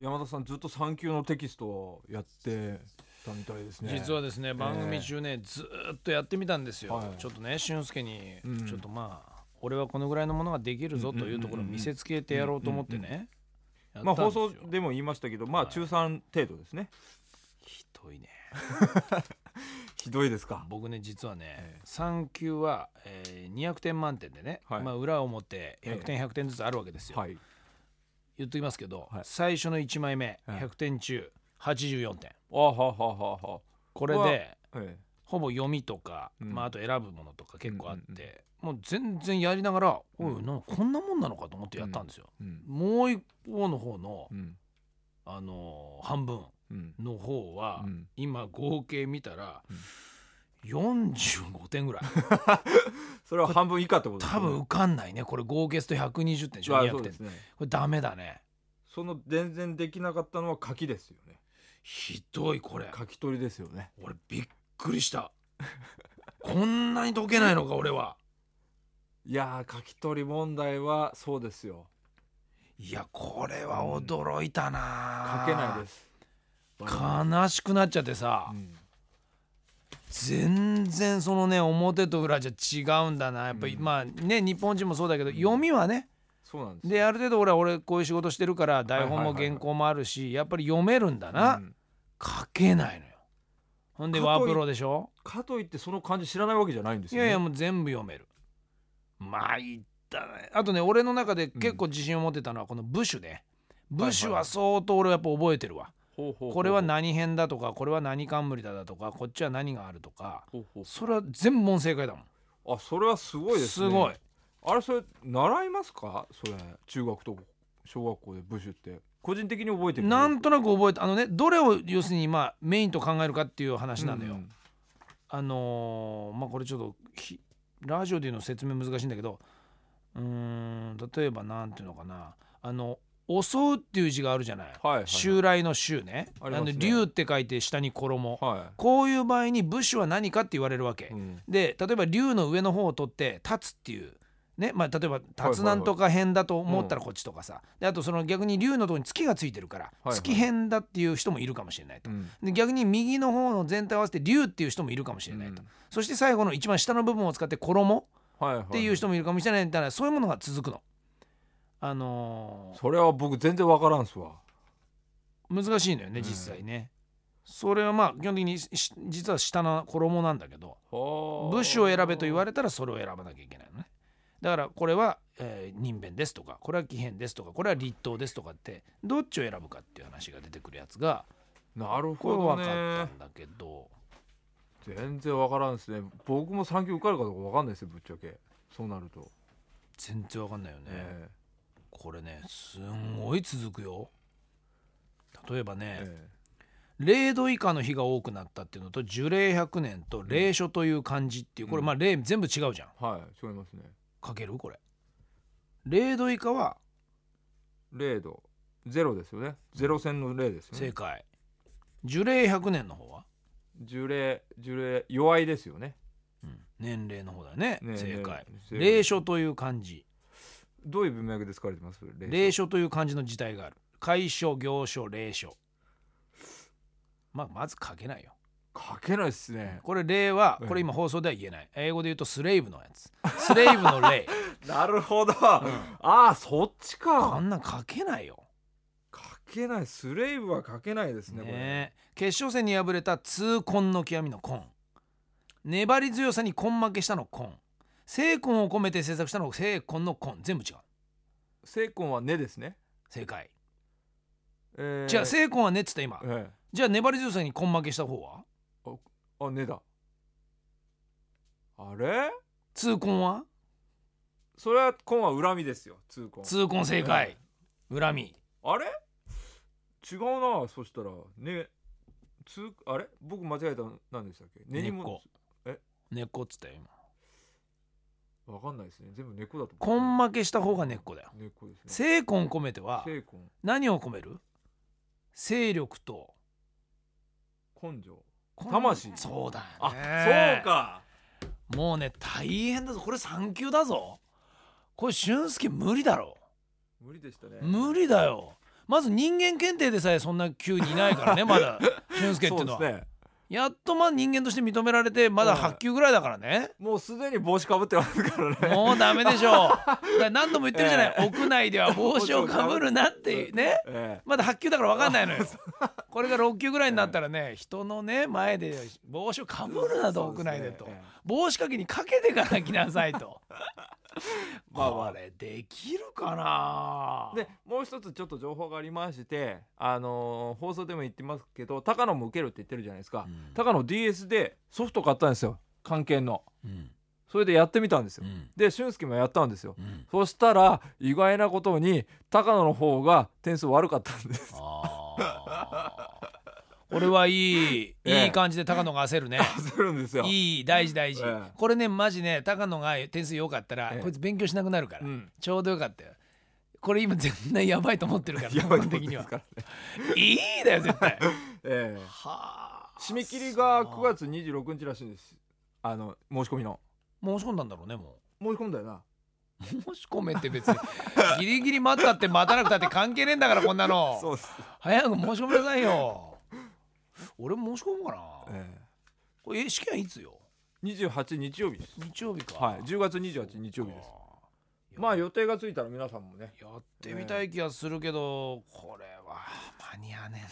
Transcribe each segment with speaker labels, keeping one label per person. Speaker 1: 山田さんずっと産休のテキストをやってたみたいですね
Speaker 2: 実はですね番組中ね、ずーっとやってみたんですよ、
Speaker 1: はい
Speaker 2: ちょっとね俊介に、
Speaker 1: うん
Speaker 2: ちょっとまあ俺はこのぐらいのものができるぞというところを見せつけてやろうと思ってね、
Speaker 1: まあ
Speaker 2: やった
Speaker 1: 放
Speaker 2: んですよ
Speaker 1: 送でも言いましたけどまあ中3程度ですね、
Speaker 2: ひどいね
Speaker 1: ひどいですか
Speaker 2: 僕ね実はね
Speaker 1: ええ
Speaker 2: 3級は、えー200点満点でね、
Speaker 1: はい
Speaker 2: まあ、裏を持って
Speaker 1: ええ
Speaker 2: 100点100点ずつあるわけですよ、
Speaker 1: はい
Speaker 2: 言っときますけど、
Speaker 1: はい
Speaker 2: 最初の1枚目
Speaker 1: はい
Speaker 2: 100点中84点
Speaker 1: あはははは
Speaker 2: これ
Speaker 1: うわ
Speaker 2: で
Speaker 1: え
Speaker 2: ほぼ読みとか、
Speaker 1: うん
Speaker 2: まあ、あと選ぶものとか結構あって、
Speaker 1: うんうん
Speaker 2: もう全然やりながら、
Speaker 1: うん
Speaker 2: おいなんかこんなもんなのかと思ってやったんですよ、
Speaker 1: えうん
Speaker 2: もう一方の方の、
Speaker 1: うん
Speaker 2: あのー半分
Speaker 1: うん
Speaker 2: の方は、
Speaker 1: うん
Speaker 2: 今合計見たら、
Speaker 1: うん
Speaker 2: 45点 ぐらい
Speaker 1: それは半分以下ってことですね
Speaker 2: 多分受かんないねこれ合計すると120点でしょ
Speaker 1: あ
Speaker 2: 200
Speaker 1: そう
Speaker 2: 点、
Speaker 1: ですね
Speaker 2: これダメだね
Speaker 1: その全然できなかったのは書きですよね
Speaker 2: ひどいこれ
Speaker 1: 書き取りですよね
Speaker 2: 俺びっくりしたこんなに解けないのか俺はい
Speaker 1: やー書き取り問題はそうですよ
Speaker 2: いやこれは驚いたな、
Speaker 1: 書けないですす
Speaker 2: 悲しくなっちゃってさ、
Speaker 1: うん
Speaker 2: 全然そのね表と裏じゃ違うんだなやっぱり、
Speaker 1: うん
Speaker 2: まあね日本人もそうだけど、読みはね
Speaker 1: そうなんですよ
Speaker 2: である程度俺は俺こういう仕事してるから台
Speaker 1: はい
Speaker 2: 本
Speaker 1: は
Speaker 2: も
Speaker 1: いはいはい
Speaker 2: 原稿もあるし、やっぱり読めるんだな、
Speaker 1: うん
Speaker 2: 書けないのよほんで
Speaker 1: かとい
Speaker 2: ワープロでしょ
Speaker 1: かといってその漢字知らないわけじゃないんです
Speaker 2: い
Speaker 1: よ、ね、
Speaker 2: やいやもう全部読めるまあいったねあとね俺の中で結構自信を持ってたのはこの部首ね部首は相当俺はやっぱ覚えてるわ
Speaker 1: ほうほうほう
Speaker 2: これは何編だとかこれは何冠だだとかこっちは何があるとか
Speaker 1: ほうほ
Speaker 2: それは全問正解だもん
Speaker 1: うあそれはすごいですね
Speaker 2: ごい
Speaker 1: あれそれ習いますかそれ中学と小学校で部首って個人的に覚えてる
Speaker 2: なんとなく覚えてあのねどれを要するにまあメインと考えるかっていう話なんだよ、
Speaker 1: うん
Speaker 2: あのーまあこれちょっとひラジオでいうの説明難しいんだけどうーん例えばなんていうのかなあの「襲う」っていう字があるじゃない,、
Speaker 1: はいはいはい
Speaker 2: 襲来の襲ね
Speaker 1: ありますね
Speaker 2: の竜って書いて下に衣、
Speaker 1: は
Speaker 2: こういう場合に武士は何かって言われるわけ、
Speaker 1: い、うん
Speaker 2: で例えば竜の上の方を取って立つっていう。ねまあ、例えば「立つなんとか編」だと思ったらこっちとかさ、であとその逆に竜のところに月がついてるから、
Speaker 1: いはい
Speaker 2: 月編だっていう人もいるかもしれないと、
Speaker 1: うん
Speaker 2: で逆に右の方の全体を合わせて竜っていう人もいるかもしれないと、
Speaker 1: うん
Speaker 2: そして最後の一番下の部分を使って衣
Speaker 1: はいはい、っ
Speaker 2: っていう人もいるかもしれないみたいなそういうものが続くの。あの
Speaker 1: それは僕全然わからんすわ
Speaker 2: ー難しいのよ
Speaker 1: う
Speaker 2: ね
Speaker 1: ん
Speaker 2: 実際ね。それはまあ基本的にしし実は下の衣なんだけど
Speaker 1: 部
Speaker 2: 武士を選べと言わ
Speaker 1: れ
Speaker 2: れたらそれを選ばなきゃいけないのね。だからこれは、えー人弁ですとかこれは奇変ですとかこれは立冬ですとかってどっちを選ぶかっていう話が出てくるやつが
Speaker 1: なる
Speaker 2: これ
Speaker 1: ほど
Speaker 2: 分かっ
Speaker 1: ね
Speaker 2: たんだけど
Speaker 1: 全然わからんですね僕も産休受かるかどうかわかんないですよぶっちゃけそうなると、
Speaker 2: 全然分かんないよね。
Speaker 1: え
Speaker 2: これねすんごい続くよ例えば
Speaker 1: え
Speaker 2: ね、
Speaker 1: え
Speaker 2: 0度以下の日が多くなったっていうのと樹齢100年と霊書という漢字っていうこれ
Speaker 1: うん
Speaker 2: まあ霊全部違うじゃん
Speaker 1: えはい違いますね
Speaker 2: 書けるこれ0度以下は
Speaker 1: 0度ゼロですよねゼロ線の0ですよ
Speaker 2: 正
Speaker 1: ね
Speaker 2: 解、樹齢100年の方は、
Speaker 1: 樹齢樹齢弱いですよね
Speaker 2: 年齢の方だよね
Speaker 1: ねえ
Speaker 2: 正解
Speaker 1: ねえ
Speaker 2: 霊書という漢字
Speaker 1: どういう文脈で使われてます霊
Speaker 2: 霊書という漢字の字体がある楷書行書霊書まあまず書けないよ
Speaker 1: 書けないっすね
Speaker 2: これ例は
Speaker 1: うん
Speaker 2: これ今放送では言えない英語で言うとスレイブのやつスレイブの例
Speaker 1: なるほど、あ あそっち
Speaker 2: こ
Speaker 1: か
Speaker 2: んなん書けないよ
Speaker 1: 書けないスレイブは書けないですね
Speaker 2: ねえ決勝戦に敗れた痛恨の極みの根粘り強さに根負けしたの根精魂を込めて制作したの精魂の根全部違う
Speaker 1: これ精魂は根ですね、
Speaker 2: 正解
Speaker 1: え
Speaker 2: じゃあ精魂はねっつった今
Speaker 1: ええ
Speaker 2: じゃあ粘り強さに根負けした方は
Speaker 1: あ根だあれ
Speaker 2: 痛恨は
Speaker 1: それは根は恨みですよ痛恨
Speaker 2: 痛恨正解恨み
Speaker 1: あれ違うなそしたらね痛あれ僕間違えたの何でしたっけ根に
Speaker 2: 根っこ
Speaker 1: も
Speaker 2: 根っこっつったよ今
Speaker 1: わかんないですね全部根っこだと
Speaker 2: 根負けした方が根っこだよ
Speaker 1: 根っこですね
Speaker 2: 精魂込めては
Speaker 1: 精魂
Speaker 2: 何を込める勢力と
Speaker 1: 根性
Speaker 2: こん
Speaker 1: 魂
Speaker 2: そうだよ
Speaker 1: あ、そ
Speaker 2: ね
Speaker 1: うか
Speaker 2: もうね大変だぞこれ3級だぞこれ俊介無理だろ
Speaker 1: 無理でしたね
Speaker 2: 無理だよまず人間検定でさえそんな急にいないからね まだ俊介っていうのは
Speaker 1: そうですね
Speaker 2: やっとまあ人間として認められてまだ
Speaker 1: うん
Speaker 2: 8級ぐらいだからね、
Speaker 1: もうすでに帽子かぶってますからね
Speaker 2: もうダメでしょう だから何度も言ってるじゃない、
Speaker 1: ええ
Speaker 2: 屋内では帽子をかぶるなっていうね
Speaker 1: え
Speaker 2: まだ8級だから分かんないのよこれが6級ぐらいになったらね人のね前で帽子をか
Speaker 1: え
Speaker 2: ぶるなと
Speaker 1: そうで
Speaker 2: 屋
Speaker 1: すね
Speaker 2: 内でと
Speaker 1: ええ
Speaker 2: 帽子かけにかけてから来なさい と
Speaker 1: まあまあ
Speaker 2: これできるかな
Speaker 1: でもう一つちょっと情報がありまして、あのー放送でも言ってますけど高野も受けるって言ってるじゃないですか、
Speaker 2: うん
Speaker 1: 高野 DS でソフト買ったんですよ関係の
Speaker 2: うん
Speaker 1: それでやってみたんです
Speaker 2: う
Speaker 1: よ、
Speaker 2: ん
Speaker 1: で俊介もやったんですよ、
Speaker 2: うん
Speaker 1: そしたら意外なことに高野の方が点数悪かったんです
Speaker 2: あ ーこれはいい
Speaker 1: ええ
Speaker 2: いい感じで高野が焦るね
Speaker 1: 焦るん ですよ
Speaker 2: いい大事大事、
Speaker 1: ええ
Speaker 2: これねマジね高野が点数良かったら、
Speaker 1: ええ
Speaker 2: こいつ勉強しなくなるから、
Speaker 1: うん
Speaker 2: ちょうどよかったよこれ今絶対やばいと思ってるから
Speaker 1: やばいこ
Speaker 2: 高野
Speaker 1: と
Speaker 2: 的に
Speaker 1: で
Speaker 2: は
Speaker 1: すからね、
Speaker 2: いいだよ 絶対は
Speaker 1: ええ
Speaker 2: あ
Speaker 1: 締め切りが9月26日らしいんですあの申し込みの
Speaker 2: 申し込んだんだろうねも
Speaker 1: 申し込んだよな
Speaker 2: う申し込めって別に ギリギリ待ったって待たなくたって関係ねえんだからこんなの
Speaker 1: そうです、
Speaker 2: 早く申し込みなさ いよ俺申し込もうかな、
Speaker 1: え
Speaker 2: これえ試験いつよ
Speaker 1: え28日曜日です
Speaker 2: 日曜日か
Speaker 1: はい10月28日曜日ですまあ予定がついたら皆さんもね
Speaker 2: やってみたい気がするけど、これは間に合わね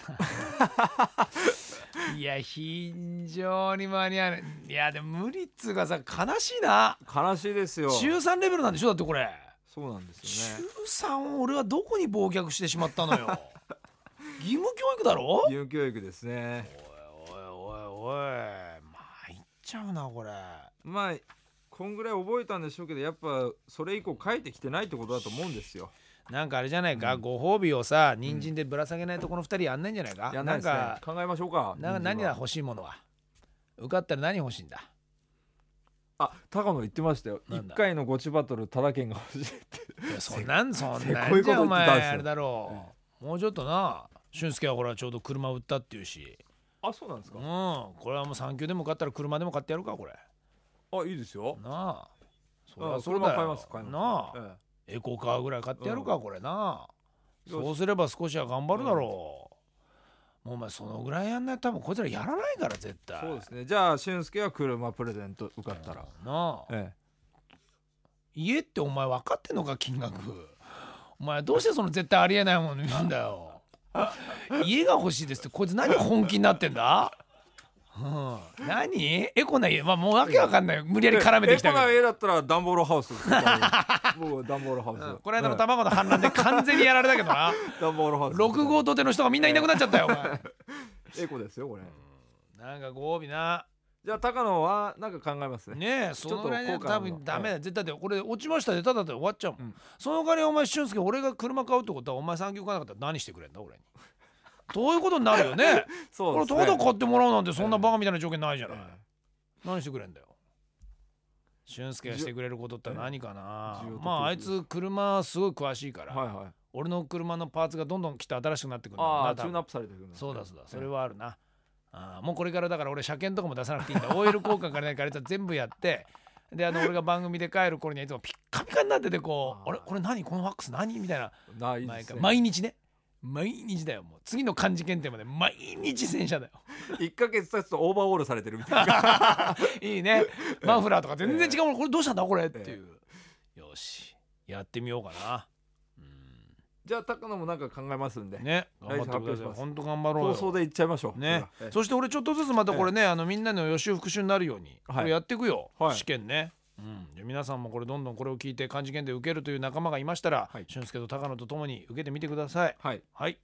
Speaker 2: えないや非常に間に合わねえいやでも無理っつうかさ悲しいな
Speaker 1: 悲しいですよ
Speaker 2: 中3レベルなんでしょだってこれ
Speaker 1: そうなんですよ
Speaker 2: 中
Speaker 1: ね
Speaker 2: 3を俺はどこに忘却してしまった のよ義務教育だろおい
Speaker 1: 義務教育ですね
Speaker 2: おいおいおい参っちゃうなこれ
Speaker 1: まあこんぐらい覚えたんでしょうけどやっぱそれ以降書いてきてないってことだと思うんですよ
Speaker 2: なんかあれじゃないか、ご褒美をさ人参でぶら下げないとこの2人やんないんじゃないか、
Speaker 1: やんな
Speaker 2: ない
Speaker 1: で
Speaker 2: ん
Speaker 1: すね
Speaker 2: か
Speaker 1: 考えましょうか
Speaker 2: な何
Speaker 1: 人
Speaker 2: が
Speaker 1: 数は
Speaker 2: 欲しいものは受かったら何欲しいんだ
Speaker 1: あ高野言ってましたよ
Speaker 2: なんだ
Speaker 1: 1回のゴチバトルタダ券が欲しいって
Speaker 2: いやそんなんそんな
Speaker 1: こうい
Speaker 2: ん
Speaker 1: う
Speaker 2: じ
Speaker 1: こと
Speaker 2: ゃ
Speaker 1: 言って
Speaker 2: お前
Speaker 1: たんですよ
Speaker 2: あれだろう、もうちょっとな俊介はほらちょうど車売ったっていうし
Speaker 1: あそうなんです
Speaker 2: う
Speaker 1: か
Speaker 2: ん、これはもう3級でも買ったら車でも買ってやるかこれ
Speaker 1: あいいですよ
Speaker 2: なあそりゃ
Speaker 1: あ
Speaker 2: そう
Speaker 1: 車
Speaker 2: だよ
Speaker 1: 買います買います
Speaker 2: なあ、
Speaker 1: ええ
Speaker 2: エコカーぐらい買ってやるか、
Speaker 1: う
Speaker 2: これな
Speaker 1: よし
Speaker 2: そうすれば少しは頑張るだろう、もうお前そのぐらいやんないと多分こいつらやらないから絶対
Speaker 1: そうですねじゃあ俊介は車プレゼント受かったら、
Speaker 2: なあ
Speaker 1: え
Speaker 2: 家ってお前分かってんのか金額お前どうしてその絶対ありえないもの言うんだよ家が欲しいですってこいつ何本気になってんだうん、何エコな家まあもうわけわかんない無理
Speaker 1: え
Speaker 2: やり絡めてきた
Speaker 1: エコな
Speaker 2: け
Speaker 1: 家だったらダンボールハウス僕はダンボールハウス、
Speaker 2: ど、うんこの間の卵の反乱で完全にやられたけどな
Speaker 1: ええダンボールハウス
Speaker 2: 6号土手の人がみんないなくなっちゃったよお前
Speaker 1: エコですよこれ
Speaker 2: なんかご褒美な
Speaker 1: じゃあ高野はなんか考えますね
Speaker 2: ねえそのぐらいね
Speaker 1: ちょっと後悔
Speaker 2: 多
Speaker 1: あるの
Speaker 2: 分ダメだよ絶対だよこれ落ちましたでただで終わっちゃうもん、
Speaker 1: うん
Speaker 2: その代わりお前俊介俺が車買うってことはお前産業買わなかったら何してくれんだ俺にどういうことになるよね
Speaker 1: そう
Speaker 2: こ
Speaker 1: で
Speaker 2: れ
Speaker 1: す
Speaker 2: た
Speaker 1: ね
Speaker 2: だ買ってもらうなんてそんなバカみたいな条件ないじゃない、何してくれんだよ俊介がしてくれることって何かな
Speaker 1: じゅ需要と供給
Speaker 2: まああいつ車すごい詳しいから、
Speaker 1: はいはい
Speaker 2: 俺の車のパーツがどんどんきっと新しくなってくるんだろう
Speaker 1: あ
Speaker 2: な
Speaker 1: あ
Speaker 2: 多
Speaker 1: チ
Speaker 2: 分
Speaker 1: ューンアップされてくるの
Speaker 2: そうだそうだそれはあるなあーもうこれからだから俺車検とかも出さなくていいんだオイル交換から何からあれ全部やってであの俺が番組で帰る頃にはいつもピッカピカになっててこう「
Speaker 1: あー
Speaker 2: あれこれ何このファックス何?」みたいな
Speaker 1: ないで
Speaker 2: 毎
Speaker 1: す
Speaker 2: 回
Speaker 1: ね
Speaker 2: 毎日ね毎日だよもう次の漢字検定まで毎日 洗車だよ
Speaker 1: 1か月経つとオーバーオールされてるみたいな
Speaker 2: いいねマフラーとか全然違うものこれどうしたんだこれっていうよしやってみようかなう
Speaker 1: じゃあ高野もなんか考えますんで、
Speaker 2: んね
Speaker 1: 来
Speaker 2: 頑張
Speaker 1: 週
Speaker 2: って
Speaker 1: 発
Speaker 2: く
Speaker 1: 表
Speaker 2: だ
Speaker 1: し
Speaker 2: さい
Speaker 1: ます
Speaker 2: 本当頑張ろう
Speaker 1: 放
Speaker 2: よ
Speaker 1: 送でいっちゃいましょう
Speaker 2: ね
Speaker 1: それはええ
Speaker 2: そして俺ちょっとずつまたこれね、あのみんなの予習復習になるように、
Speaker 1: はい
Speaker 2: これやっていくよ、
Speaker 1: はい
Speaker 2: 試験ね。うん、じゃあ皆さんもこれどんどんこれを聞いて漢字検定受けるという仲間がいましたら、
Speaker 1: はい
Speaker 2: 俊介と高野とともに受けてみてください。
Speaker 1: はい
Speaker 2: はい